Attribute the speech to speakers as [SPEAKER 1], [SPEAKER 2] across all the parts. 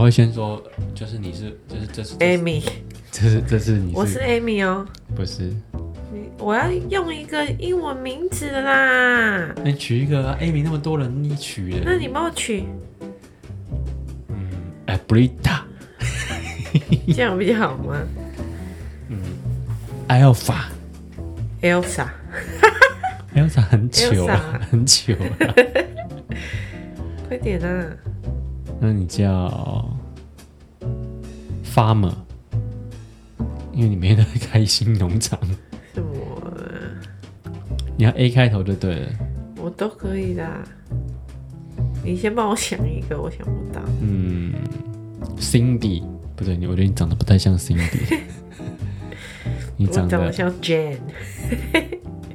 [SPEAKER 1] 啊
[SPEAKER 2] 会先说，就是你是，就是这是，
[SPEAKER 1] Amy，
[SPEAKER 2] 这是这是你
[SPEAKER 1] 我是 Amy 哦，
[SPEAKER 2] 不是？
[SPEAKER 1] 你我要用一个英文名字的啦。
[SPEAKER 2] 那你哎取一个 Amy 那么多人，你取的，
[SPEAKER 1] 那你帮我 取，
[SPEAKER 2] 嗯，哎，Brita，
[SPEAKER 1] 这样比较好吗
[SPEAKER 2] Alpha。
[SPEAKER 1] ？Elsa，
[SPEAKER 2] Elsa 很糗啊
[SPEAKER 1] Elsa，
[SPEAKER 2] 很糗 啊。
[SPEAKER 1] 快点啊！
[SPEAKER 2] 那你叫 Farmer，因为你没在开心农场，
[SPEAKER 1] 什么啊？
[SPEAKER 2] 你要 A 开头就对了。
[SPEAKER 1] 我都可以的。你先帮我想一个，我想不到。
[SPEAKER 2] 嗯，Cindy 不对，你我觉得你长得不太 像 Cindy，你
[SPEAKER 1] 我长
[SPEAKER 2] 长
[SPEAKER 1] 得
[SPEAKER 2] 得
[SPEAKER 1] 像 Jane，G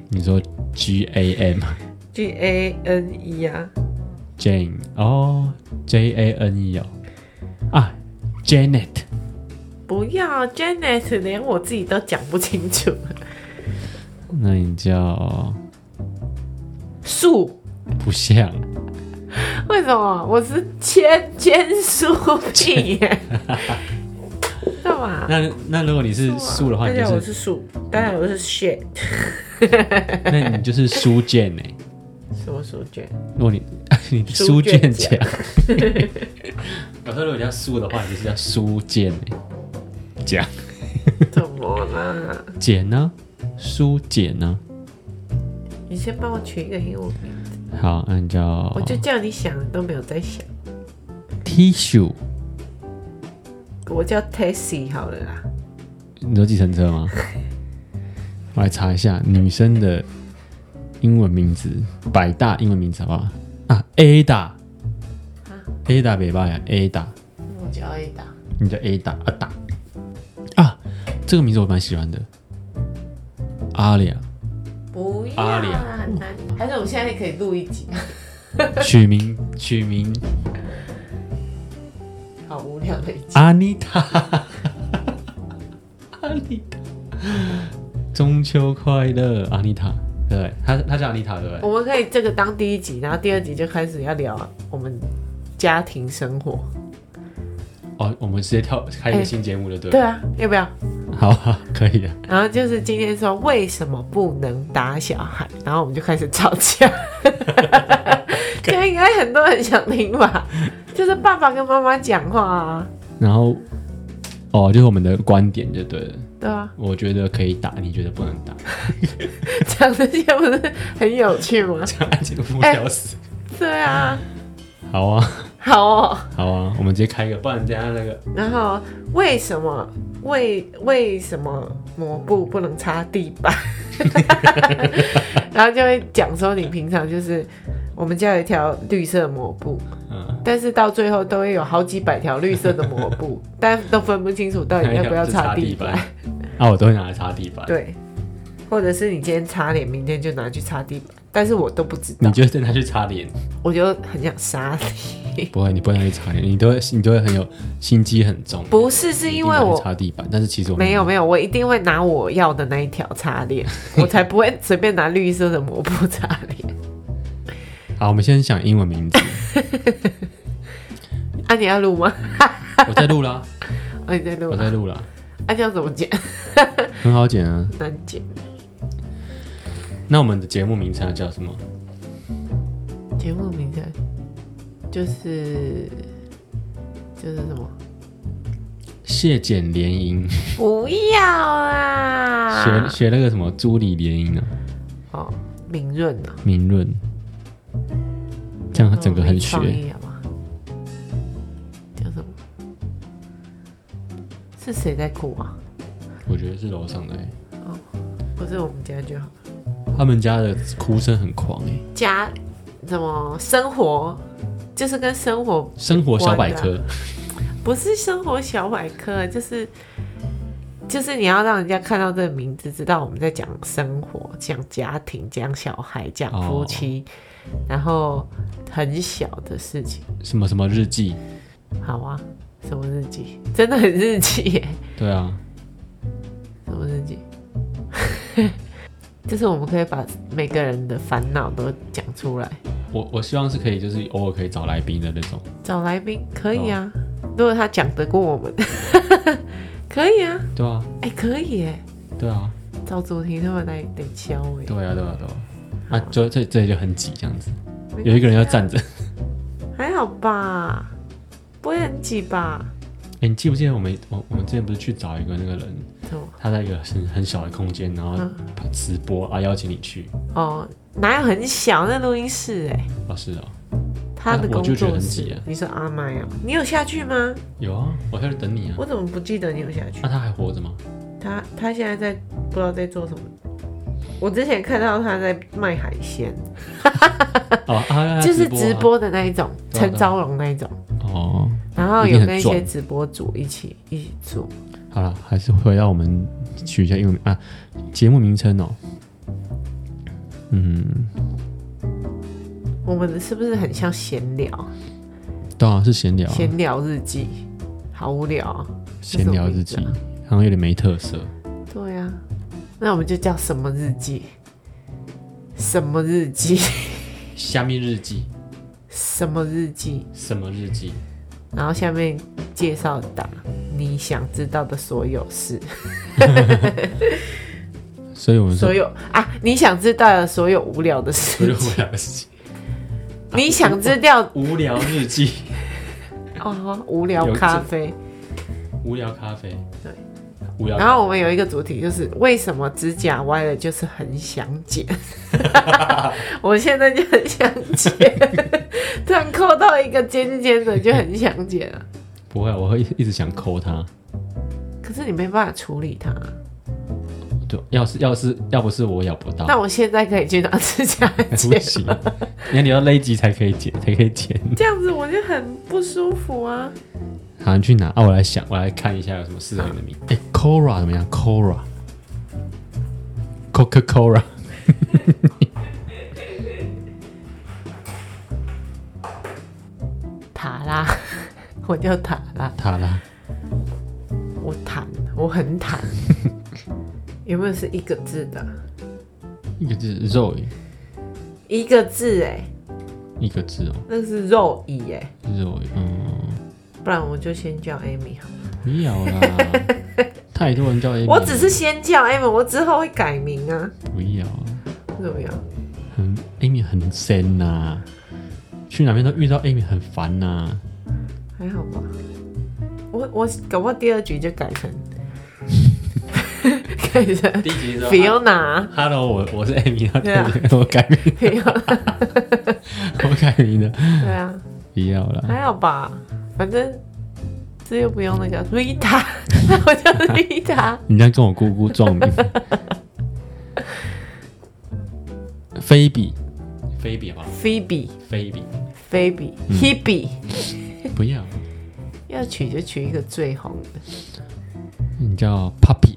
[SPEAKER 2] 你说 G A M
[SPEAKER 1] A N E 啊。
[SPEAKER 2] Jane 哦，J A N E 哦啊，Janet
[SPEAKER 1] 不要 Janet，连我自己都讲不清楚。
[SPEAKER 2] 那你叫
[SPEAKER 1] 树，
[SPEAKER 2] 不像
[SPEAKER 1] 为什么？我是千千树屁 耶。干嘛？
[SPEAKER 2] 那那如果你是树的话，
[SPEAKER 1] 大
[SPEAKER 2] 你
[SPEAKER 1] 家我
[SPEAKER 2] 就是
[SPEAKER 1] 树，当然我是 shit。
[SPEAKER 2] 那你就是苏建哎、
[SPEAKER 1] 什么书卷？
[SPEAKER 2] 如果你 你
[SPEAKER 1] 苏
[SPEAKER 2] 苏
[SPEAKER 1] 建
[SPEAKER 2] 建
[SPEAKER 1] 强
[SPEAKER 2] 强，我说如果你叫苏的话，你就是叫苏建哎、欸，讲
[SPEAKER 1] 怎么啦？
[SPEAKER 2] 姐呢？啊苏啊姐呢？
[SPEAKER 1] 你先帮我取一个英文名，
[SPEAKER 2] 好，那你叫
[SPEAKER 1] 我就叫你想都没有在想。
[SPEAKER 2] tissue，
[SPEAKER 1] 我叫 Tessie 好了啦，
[SPEAKER 2] 你说计程车吗？我来查一下女生的英文名字，百大英文名字好不好？啊，Ada，Ada 北巴呀，Ada，
[SPEAKER 1] 我叫 Ada。
[SPEAKER 2] 你叫 Ada 啊打啊，这个名字我蛮喜欢的，阿里啊。
[SPEAKER 1] 不要
[SPEAKER 2] 阿里
[SPEAKER 1] 啦，很难。还是我们现在可以录一集，
[SPEAKER 2] 取名取名
[SPEAKER 1] 好无聊的一集。
[SPEAKER 2] 阿妮塔， 阿妮塔，中秋快乐，阿妮塔，对，她她叫阿妮塔对不对？
[SPEAKER 1] 我们可以这个当第一集，然后第二集就开始要聊我们家庭生活。
[SPEAKER 2] 哦，我们直接跳开一个新节目了，对不
[SPEAKER 1] 对啊，要不要？
[SPEAKER 2] 对？ 好啊，可以啊，
[SPEAKER 1] 然后就是今天说为什么不能打小孩，然后我们就开始吵架。这应该很多人想听吧？就是爸爸跟妈妈讲话啊，
[SPEAKER 2] 然后哦，就是我们的观点就对了，
[SPEAKER 1] 对啊，
[SPEAKER 2] 我觉得可以打，你觉得不能打，
[SPEAKER 1] 讲这些不是很有趣吗？
[SPEAKER 2] 这样节目聊死。
[SPEAKER 1] 对啊，
[SPEAKER 2] 好啊，
[SPEAKER 1] 好哦。
[SPEAKER 2] 好啊，我们直接开一个，不然等一下那个
[SPEAKER 1] 然后为什么为为什么抹布不能擦地板？然后就会讲说你平常就是我们家有一条绿色抹布，
[SPEAKER 2] 嗯，
[SPEAKER 1] 但是到最后都会有好几百条绿色的抹 布，但都分不清楚到
[SPEAKER 2] 哎
[SPEAKER 1] 底要不要擦地板。
[SPEAKER 2] 啊，我都会拿来擦地板。
[SPEAKER 1] 对，或者是你今天擦脸，明天就拿去擦地板，但是我都不知道
[SPEAKER 2] 你，就等他去擦脸，
[SPEAKER 1] 我就很想杀你。
[SPEAKER 2] 不会，你不会去擦脸，你都会你都会很有心机很重。
[SPEAKER 1] 不是，是因为
[SPEAKER 2] 你
[SPEAKER 1] 我
[SPEAKER 2] 会擦地板，但是其实我们
[SPEAKER 1] 没有没有，我一定会拿我要的那一条擦 脸，我才不会随便拿绿色的抹布擦脸。
[SPEAKER 2] 好，我们先想英文名字。
[SPEAKER 1] 啊，你要录吗？
[SPEAKER 2] 我在录啦，
[SPEAKER 1] 啊，你在录
[SPEAKER 2] 嗯我
[SPEAKER 1] 吗？
[SPEAKER 2] 在录啦，
[SPEAKER 1] 啊，这样怎么剪？
[SPEAKER 2] 很好剪啊。
[SPEAKER 1] 难剪，
[SPEAKER 2] 那我们的节目名称要叫什么？
[SPEAKER 1] 节目名称就是就是什么？
[SPEAKER 2] 谢简联姻，
[SPEAKER 1] 不要啦啊
[SPEAKER 2] 学！学那个什么朱莉联姻啊，
[SPEAKER 1] 哦，明润啊，
[SPEAKER 2] 明论，这样整个很
[SPEAKER 1] 哦没创
[SPEAKER 2] 学。
[SPEAKER 1] 意好吗？叫什么？是谁在哭啊？
[SPEAKER 2] 我觉得是楼上的、欸，
[SPEAKER 1] 不是我们家就好。
[SPEAKER 2] 他们家的哭声很狂哎、
[SPEAKER 1] 家怎么生活，就是跟生活
[SPEAKER 2] 生活小百科，
[SPEAKER 1] 不是生活小百科，就是就是你要让人家看到这个名字，知道我们在讲生活、讲家庭、讲小孩、讲
[SPEAKER 2] 哦
[SPEAKER 1] 夫妻，然后很小的事情。
[SPEAKER 2] 什么什么日记，
[SPEAKER 1] 好啊，什么日记？真的很日记耶，
[SPEAKER 2] 对啊，
[SPEAKER 1] 什么日记？ 就是我们可以把每个人的烦恼都讲出来，
[SPEAKER 2] 我我希望是可以，就是偶尔可以找来宾的那种，
[SPEAKER 1] 找来宾可以啊，
[SPEAKER 2] 哦
[SPEAKER 1] 如果他讲得过我们， 可以啊，
[SPEAKER 2] 对啊，
[SPEAKER 1] 哎、可以耶，
[SPEAKER 2] 对啊，
[SPEAKER 1] 找主题他们来得教哎，
[SPEAKER 2] 对啊，对啊，对啊，啊，就这这里就很挤这样子，
[SPEAKER 1] 没关系啊啊
[SPEAKER 2] 有一个人要站着。
[SPEAKER 1] 还好吧，不会很挤吧？
[SPEAKER 2] 哎、你记不记得我们我我们之前不是去找一个那个人，
[SPEAKER 1] 怎么？
[SPEAKER 2] 他在一个很很小的空间，然后
[SPEAKER 1] 嗯
[SPEAKER 2] 直播啊邀请你去，
[SPEAKER 1] 哦，哪有很小那录音室哎、
[SPEAKER 2] 哦是哦，
[SPEAKER 1] 他的
[SPEAKER 2] 那我
[SPEAKER 1] 工
[SPEAKER 2] 就觉得
[SPEAKER 1] 作
[SPEAKER 2] 很
[SPEAKER 1] 室，
[SPEAKER 2] 挤啊
[SPEAKER 1] 你说阿麦啊，你有下去吗？
[SPEAKER 2] 有啊，我在这等你啊。
[SPEAKER 1] 我怎么不记得你有下去
[SPEAKER 2] 啊那、？他还活 着吗？
[SPEAKER 1] 他他现在在不知道在做什么。我之前看到他在卖海鲜，
[SPEAKER 2] 哦，啊他在
[SPEAKER 1] 就是
[SPEAKER 2] 啊
[SPEAKER 1] 直播的那一种，
[SPEAKER 2] 对啊
[SPEAKER 1] 陈昭荣那一种，
[SPEAKER 2] 哦。
[SPEAKER 1] 然后
[SPEAKER 2] 一
[SPEAKER 1] 有
[SPEAKER 2] 定很
[SPEAKER 1] 那些
[SPEAKER 2] 壮
[SPEAKER 1] 直播主一起一起做。
[SPEAKER 2] 好了，还是回到我们取一下英文名啊，节目名称哦。嗯，
[SPEAKER 1] 我们是不是很像闲
[SPEAKER 2] 哦
[SPEAKER 1] 聊？
[SPEAKER 2] 当然是闲聊啊，
[SPEAKER 1] 闲聊日记，好无聊啊、
[SPEAKER 2] 闲聊日记，好像有点没特色。
[SPEAKER 1] 对啊，那我们就叫什么日记？什么日记？
[SPEAKER 2] 虾米日记，
[SPEAKER 1] 什么日记？
[SPEAKER 2] 什么日记？
[SPEAKER 1] 然后下面介绍打你想知道的所有事，
[SPEAKER 2] 所以我们说
[SPEAKER 1] 所，有啊，你想知道的所有无聊的
[SPEAKER 2] 所以
[SPEAKER 1] 事
[SPEAKER 2] 无
[SPEAKER 1] 情，
[SPEAKER 2] 聊日记，
[SPEAKER 1] 你想知道
[SPEAKER 2] 无聊日记，
[SPEAKER 1] 哦，无聊咖啡。
[SPEAKER 2] 无聊咖啡，
[SPEAKER 1] 对，
[SPEAKER 2] 无聊。
[SPEAKER 1] 然后我们有一个主题就是为什么指甲歪了，就是很想 剪。我现在就很想 剪，突然扣到一个尖尖的就很想剪啊。
[SPEAKER 2] 不会啊，我会一直想抠它。
[SPEAKER 1] 可是你没办法处理它。
[SPEAKER 2] 哦对，要是要是要不是我咬不到，
[SPEAKER 1] 那我现在可以去拿指甲
[SPEAKER 2] 哎不
[SPEAKER 1] 剪，
[SPEAKER 2] 行，你看你要勒级才可以剪，才可以剪。
[SPEAKER 1] 这样子我就很不舒服啊。
[SPEAKER 2] 好，你去拿啊！我来想，我来看一下有什么适合你的名。哎、c o r a 怎么样？Cora，Coca Cola。
[SPEAKER 1] 塔拉， 我叫塔拉，
[SPEAKER 2] 塔拉，
[SPEAKER 1] 我坦，我很坦。 有没有是一个字的？
[SPEAKER 2] 一个字肉，
[SPEAKER 1] 一个字哎、
[SPEAKER 2] 一个字哦，
[SPEAKER 1] 那个是肉乙哎、
[SPEAKER 2] 肉，嗯，
[SPEAKER 1] 不然我就先叫 Amy 好了。
[SPEAKER 2] 不要 啦，太多人叫 A，
[SPEAKER 1] 我只是先叫 Amy，我之后会改名啊，
[SPEAKER 2] 不要，
[SPEAKER 1] 怎么样？
[SPEAKER 2] 很 Amy 很深呐、去哪边都遇到 Amy 很烦呐、
[SPEAKER 1] 还好吧。我我搞不好第二局就改成， 改成
[SPEAKER 2] 第一集
[SPEAKER 1] Fiona。
[SPEAKER 2] Hello，我我是 Amy，
[SPEAKER 1] 对啊
[SPEAKER 2] 我改名，
[SPEAKER 1] Fiona，
[SPEAKER 2] 我改名的，
[SPEAKER 1] 对啊。
[SPEAKER 2] 不要啦，
[SPEAKER 1] 还好吧，反正这又不用那个 Rita，我 叫 Rita，
[SPEAKER 2] 你这样跟我姑姑撞名。菲比，菲比好不好？
[SPEAKER 1] Phoebe、
[SPEAKER 2] 菲比，
[SPEAKER 1] Phoebe、Hebe，
[SPEAKER 2] 不要，
[SPEAKER 1] 要取就取一个最红的，
[SPEAKER 2] 你叫 Puppy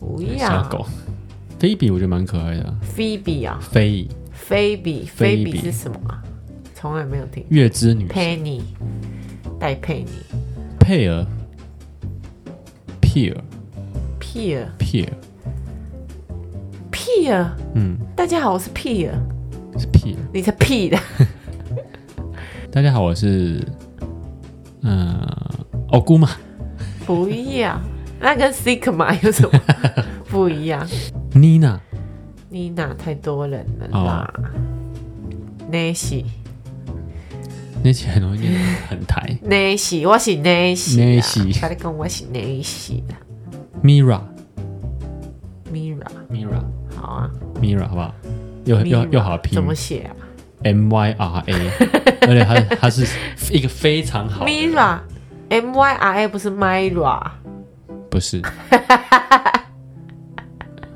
[SPEAKER 1] 不
[SPEAKER 2] 小
[SPEAKER 1] 要
[SPEAKER 2] 狗。菲比我觉得蛮可爱的啊，
[SPEAKER 1] Phoebe 啊
[SPEAKER 2] 菲
[SPEAKER 1] ，Phoebe，Phoebe 是什么啊？从来没有听。
[SPEAKER 2] 月之女
[SPEAKER 1] Penny，戴佩妮
[SPEAKER 2] 佩尔，Peer
[SPEAKER 1] ，Peer
[SPEAKER 2] Peer，
[SPEAKER 1] Peer，
[SPEAKER 2] 嗯，
[SPEAKER 1] 大家好，我是 Peer，
[SPEAKER 2] 是 Peer。
[SPEAKER 1] 你才 P 的，
[SPEAKER 2] 大家好，我是，呃，哦姑妈
[SPEAKER 1] 不一样，那跟 Sigma 有什 么不一样？
[SPEAKER 2] Nina，
[SPEAKER 1] 妮娜太多人了啦。Nancy
[SPEAKER 2] 那些很容易念很台
[SPEAKER 1] Nancy，我是 Nancy 啊。
[SPEAKER 2] Nancy
[SPEAKER 1] 他在跟我是 Nancy 的。
[SPEAKER 2] ，Mira
[SPEAKER 1] Mira，
[SPEAKER 2] Mira
[SPEAKER 1] 好啊。
[SPEAKER 2] Mira 好不好？又又
[SPEAKER 1] Mira，
[SPEAKER 2] 又好拼
[SPEAKER 1] 怎么写啊
[SPEAKER 2] ，M Y R A，而且它它是一个非常好的
[SPEAKER 1] ？Mira，M Y R A 不是 Myra，
[SPEAKER 2] 不是，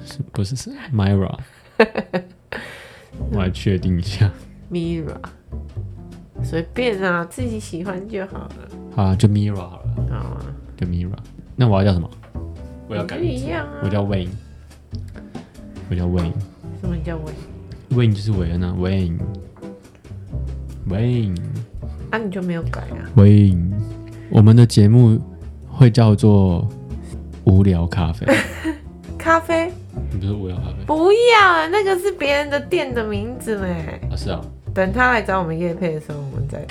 [SPEAKER 2] 是不是是 Myra？我来确定一下。
[SPEAKER 1] Mira，随便啊，自己喜欢就好了，
[SPEAKER 2] 好啦，就 Mira 好了，
[SPEAKER 1] 好啊。
[SPEAKER 2] 就 Mira。那我要叫什么？我要改
[SPEAKER 1] 不
[SPEAKER 2] 名字
[SPEAKER 1] 一，样啊
[SPEAKER 2] 我。叫 Wayne。我叫 Wayne，Wayne
[SPEAKER 1] 什么叫我？
[SPEAKER 2] 就是韦恩啊，Wayne。Wayne
[SPEAKER 1] 啊，你就没有改啊？
[SPEAKER 2] Wayne，我们的节目会叫做无聊咖 啡，
[SPEAKER 1] 咖啡
[SPEAKER 2] 你不是无聊咖啡
[SPEAKER 1] 不要啊，那个是别人的店的名字嘞。
[SPEAKER 2] 啊？是啊，
[SPEAKER 1] 等他来找我们夜配的时候，我们再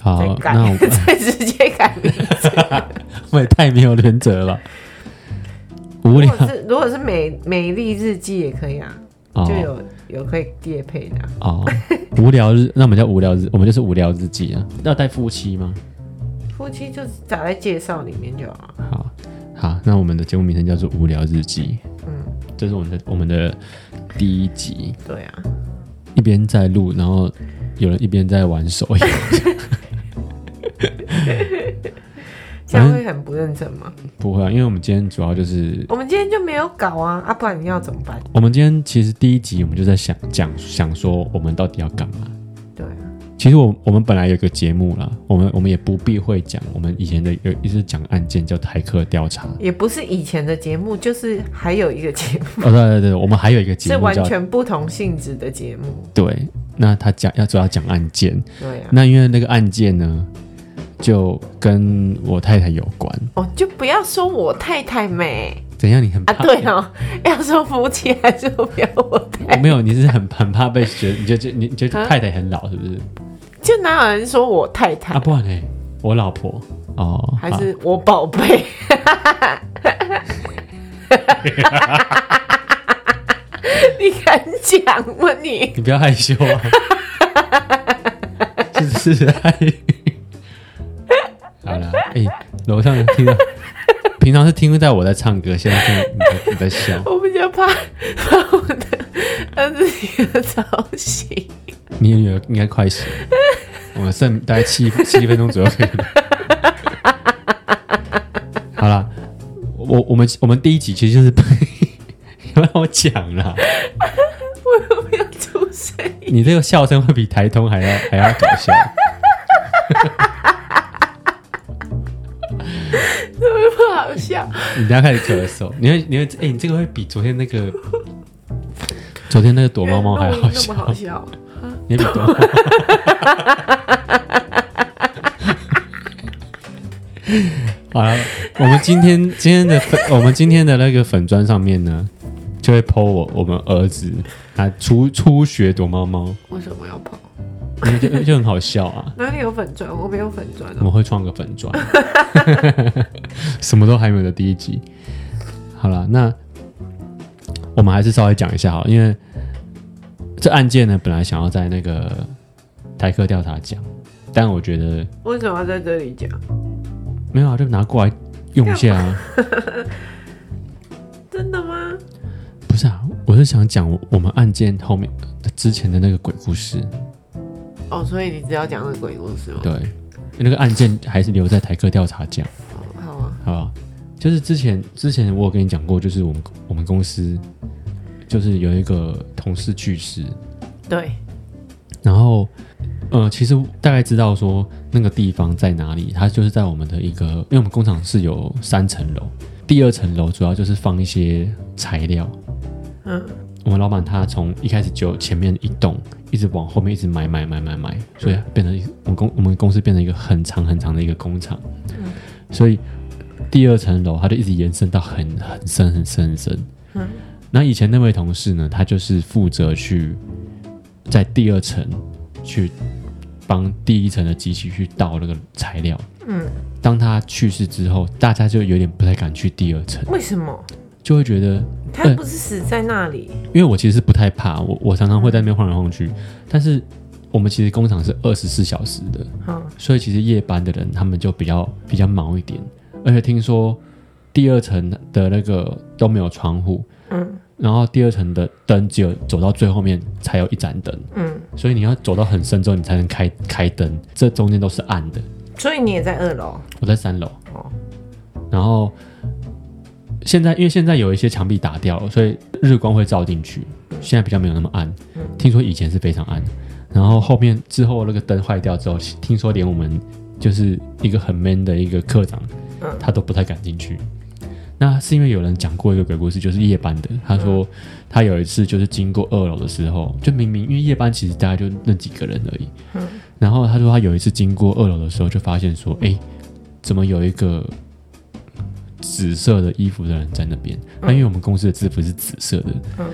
[SPEAKER 2] 好啊
[SPEAKER 1] 再，改
[SPEAKER 2] 那我，
[SPEAKER 1] 再直接改名。
[SPEAKER 2] 我也太没有原则了吧， 无
[SPEAKER 1] 如
[SPEAKER 2] 聊
[SPEAKER 1] 果是如果是美美丽日记也可以啊，
[SPEAKER 2] 哦
[SPEAKER 1] 就有有可以列配的啊、
[SPEAKER 2] 哦，无聊日，那我们叫无聊日，我们就是无聊日记啊。要带夫妻吗？
[SPEAKER 1] 夫妻就是打在介绍里面就好了。
[SPEAKER 2] 好，好，那我们的节目名称叫做《无聊日记》。
[SPEAKER 1] 嗯，
[SPEAKER 2] 这是我们的我们的第一集，
[SPEAKER 1] 对啊，
[SPEAKER 2] 一边在录，然后有人一边在玩手游。
[SPEAKER 1] 这样会很不认真吗？
[SPEAKER 2] 不会啊，因为我们今天主要就是，
[SPEAKER 1] 我们今天就没有搞啊，啊，不然你要怎么办？
[SPEAKER 2] 我们今天其实第一集我们就在想讲想说我们到底要干嘛。
[SPEAKER 1] 对啊，
[SPEAKER 2] 其实我我们本来有个节目啦，我们我们也不避讳讲，我们以前的有一次讲案件叫台客 调查。
[SPEAKER 1] 也不是以前的节目，就是还有一个节目
[SPEAKER 2] 哦，对对对，我们还有一个 节
[SPEAKER 1] 是
[SPEAKER 2] 目
[SPEAKER 1] 完
[SPEAKER 2] 叫
[SPEAKER 1] 全不同性质的节目。
[SPEAKER 2] 对，那他讲要主要讲案件，
[SPEAKER 1] 对啊，
[SPEAKER 2] 那因为那个案件呢，就跟我太太有关。
[SPEAKER 1] 哦，就不要说我太太美
[SPEAKER 2] 怎样？你很
[SPEAKER 1] 啊，
[SPEAKER 2] 怕？
[SPEAKER 1] 对哦， 要说夫妻还是不要我太
[SPEAKER 2] 我没有，你是很很怕被学，你觉得你觉得
[SPEAKER 1] 啊
[SPEAKER 2] 太太很老是不是？
[SPEAKER 1] 就哪有人说我太太
[SPEAKER 2] 啊，，不然嘞，我老婆哦，
[SPEAKER 1] 还
[SPEAKER 2] 好
[SPEAKER 1] 是我宝 贝？你敢讲吗你？
[SPEAKER 2] 你不要害羞啊，是是害。好了，哎、楼上听到，平常是听在我在唱歌，现在听你在你在笑，
[SPEAKER 1] 我比较怕把我的儿子女儿吵醒。
[SPEAKER 2] 你女儿应该快醒了，我们剩大概七七分钟左右可以了。好了，我我们我们第一集其实就是不 要让我讲啦，
[SPEAKER 1] 我有没有出声音？
[SPEAKER 2] 你这个笑声会比台通还要还要搞笑。
[SPEAKER 1] 怎么不好笑？
[SPEAKER 2] 你等一下开始咳嗽，你会你会哎、你这个会比昨天那个昨天那个躲猫猫还好
[SPEAKER 1] 那
[SPEAKER 2] 笑
[SPEAKER 1] 么，好笑？
[SPEAKER 2] 你比躲猫 猫。好了，我们今天今天的粉，我们今天的那个粉砖上面呢，就会 PO 我我们儿子他初初学躲猫猫，
[SPEAKER 1] 为什么要跑？
[SPEAKER 2] 因为就就很好笑啊。
[SPEAKER 1] 哪里有粉砖？我没有粉砖
[SPEAKER 2] 我
[SPEAKER 1] 哦。
[SPEAKER 2] 们会创个粉砖，什么都还没有的第一集。好了，那我们还是稍微讲一下好了，因为这案件呢，本来想要在那个台科调查讲，但我觉得
[SPEAKER 1] 为什么要在这里讲？
[SPEAKER 2] 没有啊，就拿过来用一下啊。
[SPEAKER 1] 真的吗？
[SPEAKER 2] 不是啊，我是想讲我我们案件后面呃之前的那个鬼故事，
[SPEAKER 1] 哦，所以你只要讲那个鬼故事吗？
[SPEAKER 2] 对，那个案件还是留在台科调查讲。
[SPEAKER 1] 哦好啊，
[SPEAKER 2] 好吧，就是之前之前我有跟你讲过，就是我们我们公司就是有一个同事去世，
[SPEAKER 1] 对，
[SPEAKER 2] 然后呃，其实大概知道说那个地方在哪里，它就是在我们的一个，因为我们工厂是有三层楼，第二层楼主要就是放一些材料。
[SPEAKER 1] 嗯，
[SPEAKER 2] 我们老板他从一开始就前面一栋一直往后面一直买买买买买，
[SPEAKER 1] 嗯
[SPEAKER 2] 所以变成一我们公我们公司变成一个很长很长的一个工厂，
[SPEAKER 1] 嗯
[SPEAKER 2] 所以第二层楼它就一直延伸到很很深很深很深。
[SPEAKER 1] 嗯
[SPEAKER 2] 那以前那位同事呢，他就是负责去在第二层去帮第一层的机器去倒那个材料。
[SPEAKER 1] 嗯，
[SPEAKER 2] 当他去世之后，大家就有点不太敢去第二层，
[SPEAKER 1] 为什么？
[SPEAKER 2] 就会觉得
[SPEAKER 1] 他
[SPEAKER 2] 嗯
[SPEAKER 1] 不是死在那里？
[SPEAKER 2] 因为我其实是不太怕，我我常常会在那边晃来晃去，但是我们其实工厂是二十四小时的，
[SPEAKER 1] 嗯，
[SPEAKER 2] 所以其实夜班的人他们就比较比较忙一点，而且听说第二层的那个都没有窗户，
[SPEAKER 1] 嗯
[SPEAKER 2] 然后第二层的灯只有走到最后面才有一盏灯，
[SPEAKER 1] 嗯，
[SPEAKER 2] 所以你要走到很深之后你才能开开灯，这中间都是暗的。
[SPEAKER 1] 所以你也在二楼？
[SPEAKER 2] 我在三楼。
[SPEAKER 1] 哦
[SPEAKER 2] 然后现在因为现在有一些墙壁打掉了，所以日光会照进去，现在比较没有那么暗。听说以前是非常暗，然后后面之后那个灯坏掉之后，听说连我们就是一个很 man 的一个科长
[SPEAKER 1] 嗯，
[SPEAKER 2] 他都不太敢进去。那是因为有人讲过一个鬼故事，就是夜班的。他
[SPEAKER 1] 嗯
[SPEAKER 2] 说他有一次就是经过二楼的时候，就明明因为夜班其实大概就那几个人而已，
[SPEAKER 1] 嗯
[SPEAKER 2] 然后他说他有一次经过二楼的时候，就发现说，哎、怎么有一个紫色的衣服的人在那边？那、因为我们公司的制服是紫色的，
[SPEAKER 1] 嗯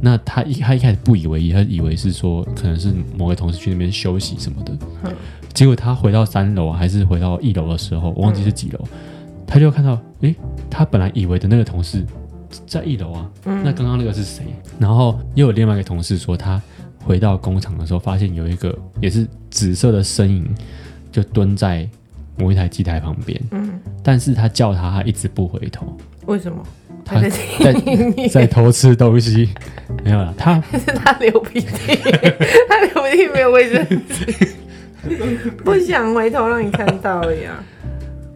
[SPEAKER 2] 那他一他一开始不以为意，他以为是说可能是某个同事去那边休息什么的，
[SPEAKER 1] 嗯
[SPEAKER 2] 结果他回到三楼还是回到一楼的时候，我忘记是几楼，
[SPEAKER 1] 嗯
[SPEAKER 2] 他就看到，诶，他本来以为的那个同事在一楼啊，
[SPEAKER 1] 嗯
[SPEAKER 2] 那刚刚那个是谁？然后又有另外一个同事说，他回到工厂的时候，发现有一个也是紫色的身影，就蹲在某一台机台旁边，
[SPEAKER 1] 嗯，
[SPEAKER 2] 但是他叫他，他一直不回 头，
[SPEAKER 1] 为什么？
[SPEAKER 2] 他
[SPEAKER 1] 他在听你，
[SPEAKER 2] 在偷吃东西， 没有了，他
[SPEAKER 1] 是他流鼻涕，他流鼻涕没有卫生纸， 不想回头让你看到啊了呀。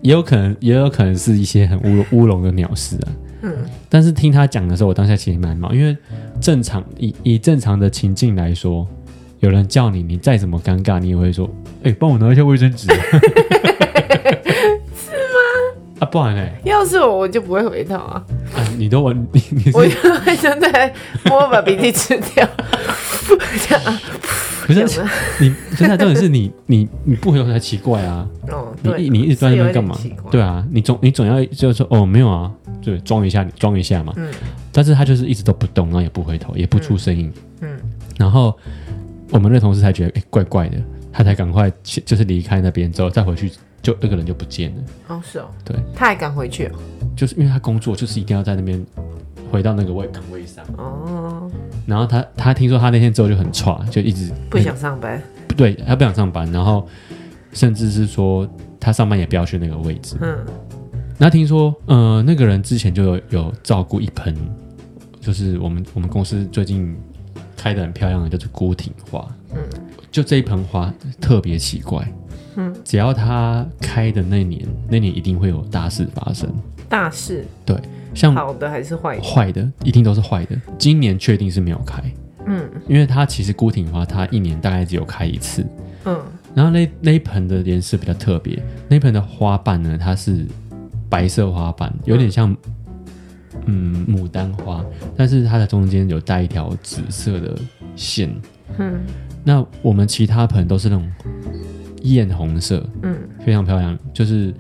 [SPEAKER 2] 也有可能，也有可能是一些很乌乌龙的鸟事啊。
[SPEAKER 1] 嗯
[SPEAKER 2] 但是听他讲的时候，我当下其实蛮毛，因为正常以以正常的情境来说，有人叫你，你再怎么尴尬，你也会说：“哎、帮我拿一下卫 生纸。”是吗？啊，不然嘞、
[SPEAKER 1] 要是我，我就不会回头啊，
[SPEAKER 2] 啊，你都 闻你你
[SPEAKER 1] 我
[SPEAKER 2] 是
[SPEAKER 1] 就会真的摸把鼻涕吃掉，这样啊
[SPEAKER 2] 不是
[SPEAKER 1] 这样啊
[SPEAKER 2] 你？现在重点是你你你不回头才奇怪啊！
[SPEAKER 1] 哦，
[SPEAKER 2] 你
[SPEAKER 1] 对，
[SPEAKER 2] 你你一直在那边干嘛
[SPEAKER 1] 是有点奇怪？
[SPEAKER 2] 对啊，你总你总要就是说哦没有啊，对，装一下装一下嘛。
[SPEAKER 1] 嗯
[SPEAKER 2] 但是他就是一直都不动，然后也不回头，也不出声音。
[SPEAKER 1] 嗯
[SPEAKER 2] 然后我们那同事才觉得哎、诶怪怪的，他才赶快去就是离开那边之后再回去，就那个人就不见了。
[SPEAKER 1] 哦是哦，
[SPEAKER 2] 对，
[SPEAKER 1] 他还敢回去哦
[SPEAKER 2] 就是因为他工作就是一定要在那边回到那个位岗位上。
[SPEAKER 1] 哦，
[SPEAKER 2] 然后他他听说他那天之后就很差，就一直
[SPEAKER 1] 不想上班，
[SPEAKER 2] 不对，他不想上班，然后甚至是说他上班也不要去那个位置。
[SPEAKER 1] 嗯
[SPEAKER 2] 那听说，呃，那个人之前就有有照顾一盆，就是我们我们公司最近开的很漂亮的，就是孤挺花。嗯，就这一盆花特别奇怪。嗯，只要它开的那年，那年一定会有大事发生。
[SPEAKER 1] 大事
[SPEAKER 2] 对，像
[SPEAKER 1] 好的还是坏的？
[SPEAKER 2] 坏的一定都是坏的，今年确定是没有开，
[SPEAKER 1] 嗯
[SPEAKER 2] 因为它其实孤挺花它一年大概只有开一次。
[SPEAKER 1] 嗯
[SPEAKER 2] 然后那那一盆的颜色比较特别，那一盆的花瓣呢，它是白色花瓣，有点像嗯牡丹花，但是它的中间有带一条紫色的线。
[SPEAKER 1] 嗯
[SPEAKER 2] 那我们其他盆都是那种艳红色，
[SPEAKER 1] 嗯，
[SPEAKER 2] 非常漂亮，就是。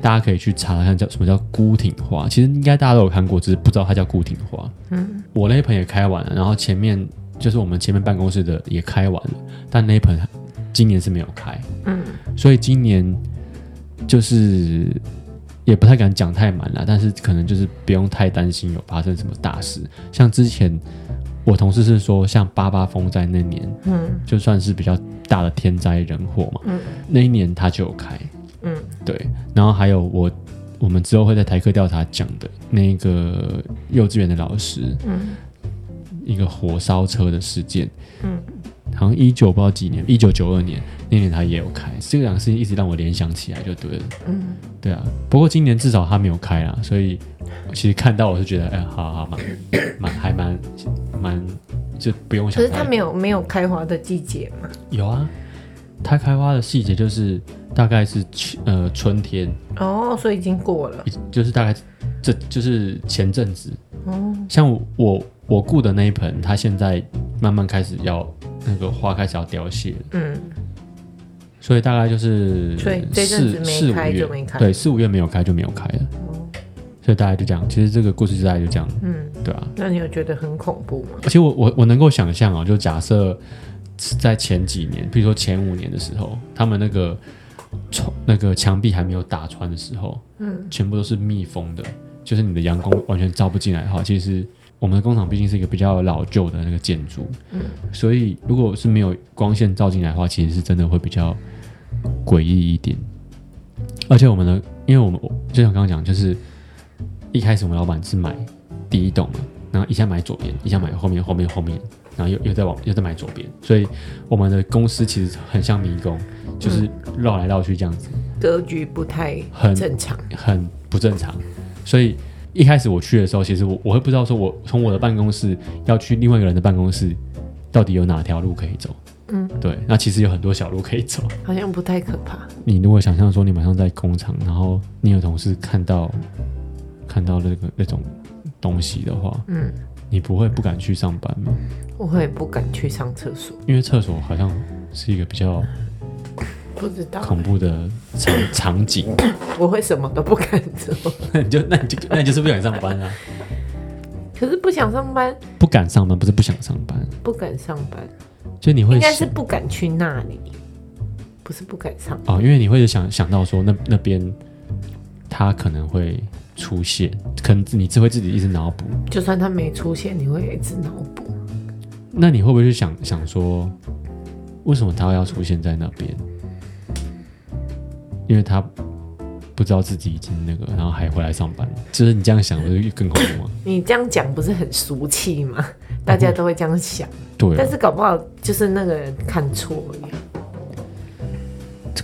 [SPEAKER 2] 大家可以去查看叫什么叫孤挺花，其实应该大家都有看过，只是不知道它叫孤挺花。嗯，我那一盆也开完了，然后前面就是我们前面办公室的也开完了，但那一盆今年是没有开。
[SPEAKER 1] 嗯，
[SPEAKER 2] 所以今年就是也不太敢讲太满了，但是可能就是不用太担心有发生什么大事。像之前我同事是说，像八八风灾那年，
[SPEAKER 1] 嗯，
[SPEAKER 2] 就算是比较大的天灾人祸嘛，
[SPEAKER 1] 嗯，
[SPEAKER 2] 那一年他就有开，
[SPEAKER 1] 嗯，
[SPEAKER 2] 对，然后还有我。我们之后会在台科调查讲的那个幼稚园的老师，
[SPEAKER 1] 嗯，
[SPEAKER 2] 一个火烧车的事件，
[SPEAKER 1] 嗯，
[SPEAKER 2] 好像一九不知道几年，一九九二年那年他也有开，这两个事情一直让我联想起来就对了，
[SPEAKER 1] 嗯，
[SPEAKER 2] 对啊，不过今年至少他没有开啦，所以其实看到我是觉得，哎、好好好蛮 蛮还蛮蛮就不用想
[SPEAKER 1] 可
[SPEAKER 2] 太
[SPEAKER 1] 是
[SPEAKER 2] 多，
[SPEAKER 1] 他没有没有开花的季节嘛，
[SPEAKER 2] 有啊，它开花的细节就是大概是秋呃春天，
[SPEAKER 1] 哦，所以已经过了，
[SPEAKER 2] 就是大概这就是前阵子，
[SPEAKER 1] 哦，
[SPEAKER 2] 像我我我雇的那一盆，它现在慢慢开始要那个花开始要凋谢了，
[SPEAKER 1] 嗯
[SPEAKER 2] 所以大概就是
[SPEAKER 1] 所以这阵子没
[SPEAKER 2] 四四五
[SPEAKER 1] 开
[SPEAKER 2] 月
[SPEAKER 1] 就没开
[SPEAKER 2] 对，四五月没有开就没有开了，
[SPEAKER 1] 哦
[SPEAKER 2] 所以大概就这样。其实这个故事就大概就这样，
[SPEAKER 1] 嗯，
[SPEAKER 2] 对啊。
[SPEAKER 1] 那你有觉得很恐怖吗？
[SPEAKER 2] 而且我我我能够想象哦，就假设是在前几年，比如说前五年的时候，他们那个窗那个墙壁还没有打穿的时候，
[SPEAKER 1] 嗯，
[SPEAKER 2] 全部都是密封的，就是你的阳光完全照不进来的话，其实我们的工厂毕竟是一个比较老旧的那个建筑，
[SPEAKER 1] 嗯，
[SPEAKER 2] 所以如果是没有光线照进来的话，其实是真的会比较诡异一点。而且我们的，因为我们我就像刚刚讲，就是一开始我们老板是买第一栋嘛，然后一下买左边，一下买后面，后面后面，然后又又再往又再买左边，所以我们的公司其实很像迷宫，就是嗯绕来绕去这样子。
[SPEAKER 1] 格局不太
[SPEAKER 2] 很
[SPEAKER 1] 正常，
[SPEAKER 2] 很不正常。所以一开始我去的时候，其实我我会不知道说我，从我的办公室要去另外一个人的办公室，到底有哪条路可以走。
[SPEAKER 1] 嗯，
[SPEAKER 2] 对，那其实有很多小路可以 走。
[SPEAKER 1] 好像不太可怕。
[SPEAKER 2] 你如果想象说，你马上在工厂，然后你有同事看到看到那个那种东西的话，
[SPEAKER 1] 嗯，
[SPEAKER 2] 你不会不敢去上班吗？
[SPEAKER 1] 我会不敢去上厕所，
[SPEAKER 2] 因为厕所好像是一个比较
[SPEAKER 1] 不知道
[SPEAKER 2] 恐怖的场场 景，
[SPEAKER 1] 我会什么都不敢做。
[SPEAKER 2] 那你就那你就那你就是不敢上班啊！
[SPEAKER 1] 可是不想上班，
[SPEAKER 2] 不敢上班不是不想上班，
[SPEAKER 1] 不敢上班，
[SPEAKER 2] 就你会
[SPEAKER 1] 应该
[SPEAKER 2] 想
[SPEAKER 1] 是不敢去那里。不是不敢上，
[SPEAKER 2] 哦，因为你会想想到说那那边他可能会出现，可能你只会自己一直脑补。
[SPEAKER 1] 就算他没出现，你会一直脑补。
[SPEAKER 2] 那你会不会去想想说，为什么他要出现在那边？因为他不知道自己已经那个，然后还回来上班，就是你这样想，不是更恐怖吗？
[SPEAKER 1] 你这样讲不是很俗气吗？大家都会这样想，
[SPEAKER 2] 对、
[SPEAKER 1] 但
[SPEAKER 2] 啊，
[SPEAKER 1] 是搞不好就是那个人看错了。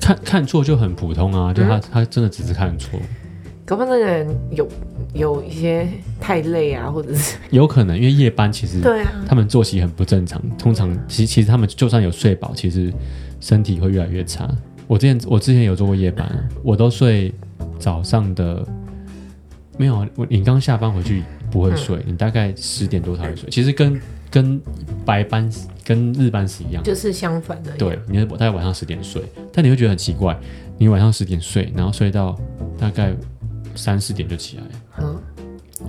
[SPEAKER 2] 看看错就很普通啊，就他、他真的只是看错，
[SPEAKER 1] 搞不好那个人有有一些太累啊，或者是
[SPEAKER 2] 有可能因为夜班其实
[SPEAKER 1] 对啊，
[SPEAKER 2] 他们作息很不正常，通常其其实他们就算有睡饱，其实身体会越来越差。我之前我之前有做过夜班，啊我都睡早上的，没有啊我你刚下班回去不会睡，你大概十点多才会睡，其实跟跟白班跟日班是一样的，
[SPEAKER 1] 就是相反的。
[SPEAKER 2] 对，，你大概晚上十点睡，但你会觉得很奇怪，你晚上十点睡，然后睡到大概三四点就起来了。
[SPEAKER 1] 嗯，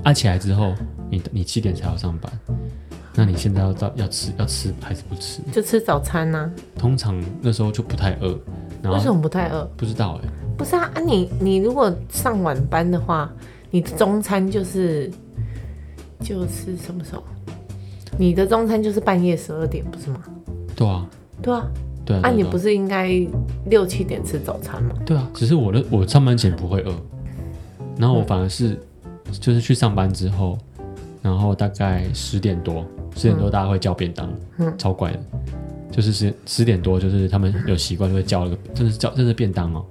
[SPEAKER 2] 啊，起来之后，你你七点才要上班，那你现在要到要吃要吃还是不吃？
[SPEAKER 1] 就吃早餐呐、
[SPEAKER 2] 通常那时候就不太饿，然
[SPEAKER 1] 为什
[SPEAKER 2] 后
[SPEAKER 1] 么不太饿？
[SPEAKER 2] 不知道哎、
[SPEAKER 1] 不是啊，啊你你如果上晚班的话，你的中餐就是就是什么时候？你的中餐就是半夜十二点，不是吗？
[SPEAKER 2] 对啊，
[SPEAKER 1] 对啊，
[SPEAKER 2] 对啊，
[SPEAKER 1] 啊，
[SPEAKER 2] 对啊
[SPEAKER 1] 你
[SPEAKER 2] 对啊
[SPEAKER 1] 不是应该六七点吃早餐吗？
[SPEAKER 2] 对啊，只是我的我上班前不会饿，然后我反而是就是去上班之后，然后大概十点多，十点多大家会叫便当，
[SPEAKER 1] 嗯
[SPEAKER 2] 超怪的，就是十十点多就是他们有习惯会叫一个，真的是叫真的是便当哦，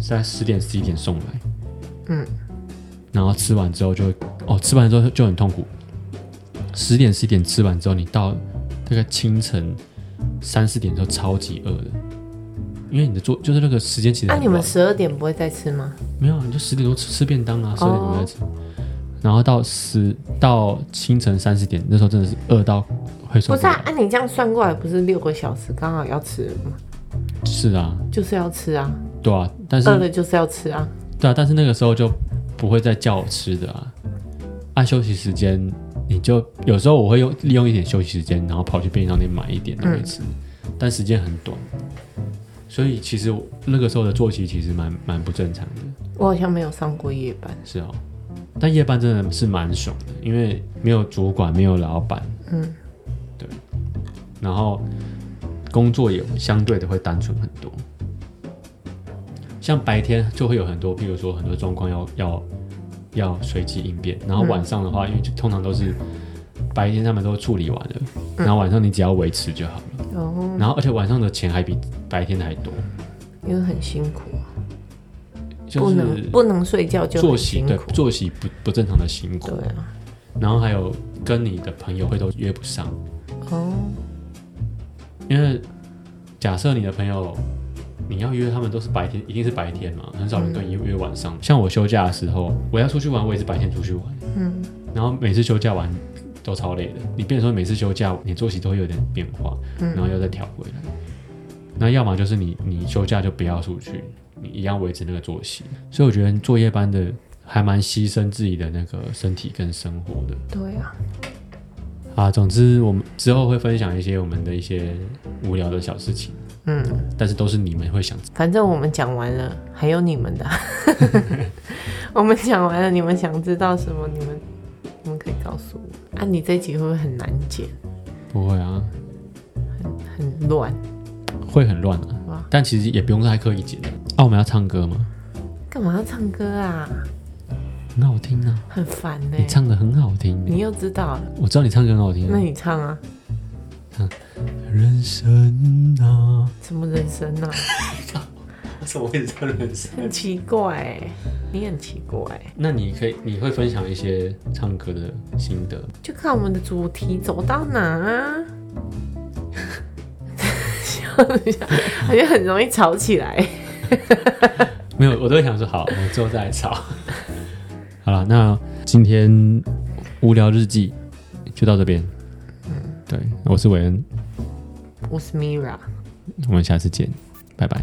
[SPEAKER 2] 是在十点十一点送来，
[SPEAKER 1] 嗯，
[SPEAKER 2] 然后吃完之后就会哦，吃完之后就很痛苦，十点十一点吃完之后，你到大概清晨三四点的时候超级饿的。因为你的做就是那个时间其实
[SPEAKER 1] 啊，
[SPEAKER 2] 很
[SPEAKER 1] 你们
[SPEAKER 2] 短
[SPEAKER 1] 十二点不会再吃吗？
[SPEAKER 2] 没有，啊，你就十点多吃吃便当啊，十二点
[SPEAKER 1] 哦
[SPEAKER 2] 多在吃，然后到十到清晨三四点，那时候真的是饿到会
[SPEAKER 1] 不
[SPEAKER 2] 受不
[SPEAKER 1] 是啊
[SPEAKER 2] 了。，
[SPEAKER 1] 啊，你这样算过来不是六个小时刚好要吃了吗？
[SPEAKER 2] 是啊，
[SPEAKER 1] 就是要吃啊，
[SPEAKER 2] 对啊，但
[SPEAKER 1] 饿
[SPEAKER 2] 是
[SPEAKER 1] 了就是要吃啊。
[SPEAKER 2] 对啊，但是那个时候就不会再叫我吃的啊。按、休息时间，你就有时候我会用利用一点休息时间，然后跑去便利商店买一点东西吃，
[SPEAKER 1] 嗯
[SPEAKER 2] 但时间很短，所以其实我那个时候的作息其实蛮蛮不正常的。
[SPEAKER 1] 我好像没有上过夜班，
[SPEAKER 2] 是哦，但夜班真的是蛮爽的，因为没有主管，没有老板，嗯，对，然后工作也相对的会单纯很多。像白天就会有很多，譬如说很多状况要要要随机应变，然后晚上的话，
[SPEAKER 1] 嗯
[SPEAKER 2] 因为就通常都是白天他们都处理完了，
[SPEAKER 1] 嗯
[SPEAKER 2] 然后晚上你只要维持就好了，
[SPEAKER 1] 然后
[SPEAKER 2] 然后而且晚上的钱还比白天的还多，
[SPEAKER 1] 因为很辛苦啊，
[SPEAKER 2] 就
[SPEAKER 1] 不
[SPEAKER 2] 是
[SPEAKER 1] 能不能睡觉就
[SPEAKER 2] 作
[SPEAKER 1] 很
[SPEAKER 2] 息
[SPEAKER 1] 辛
[SPEAKER 2] 对
[SPEAKER 1] 苦。
[SPEAKER 2] 作息不不正常的辛苦
[SPEAKER 1] 对，啊，
[SPEAKER 2] 然后还有跟你的朋友会都约不上，
[SPEAKER 1] 哦，
[SPEAKER 2] 因为假设你的朋友你要约他们都是白天，一定是白天嘛，很少人跟你约晚上。像我休假的时候，我要出去玩，我也是白天出去玩，
[SPEAKER 1] 嗯，
[SPEAKER 2] 然后每次休假完都超累的。你变成说每次休假你作息都会有点变化，然后要再调回来。那要么就是你你休假就不要出去，你一样维持那个作息。所以我觉得做夜班的还蛮牺牲自己的那个身体跟生活的。
[SPEAKER 1] 对啊，
[SPEAKER 2] 啊，总之我们之后会分享一些我们的一些无聊的小事情，
[SPEAKER 1] 嗯，
[SPEAKER 2] 但是都是你们会想。
[SPEAKER 1] 反正我们讲完了，还有你们的 啊，我们讲完了，你们想知道什么，你们你们可以告诉我。啊，你这集会不会很难剪，
[SPEAKER 2] 不会啊，
[SPEAKER 1] 很乱？
[SPEAKER 2] 会很乱啊
[SPEAKER 1] 哇，
[SPEAKER 2] 但其实也不用太刻意剪。啊，我们要唱歌吗？
[SPEAKER 1] 干嘛要唱歌啊？
[SPEAKER 2] 很好听啊，
[SPEAKER 1] 很烦呢、
[SPEAKER 2] 你唱的很好听欸、
[SPEAKER 1] 你又知道了，
[SPEAKER 2] 我知道你唱歌很好听啊、
[SPEAKER 1] 嗯那你唱啊，
[SPEAKER 2] 人生 啊，
[SPEAKER 1] 什么人生啊？
[SPEAKER 2] 怎么会唱人生？
[SPEAKER 1] 很奇怪、欸，你很奇怪、欸
[SPEAKER 2] 那你可以，你会分享一些唱歌的心得？
[SPEAKER 1] 就看我们的主题走到哪、啊。 笑一下，我觉得很容易吵起来。
[SPEAKER 2] 没有，我都会想说好，我们之后再来吵。 好了，那今天无聊日记就到这边。对，我是韦恩，
[SPEAKER 1] 我是 Mira。
[SPEAKER 2] 我们下次见，拜拜。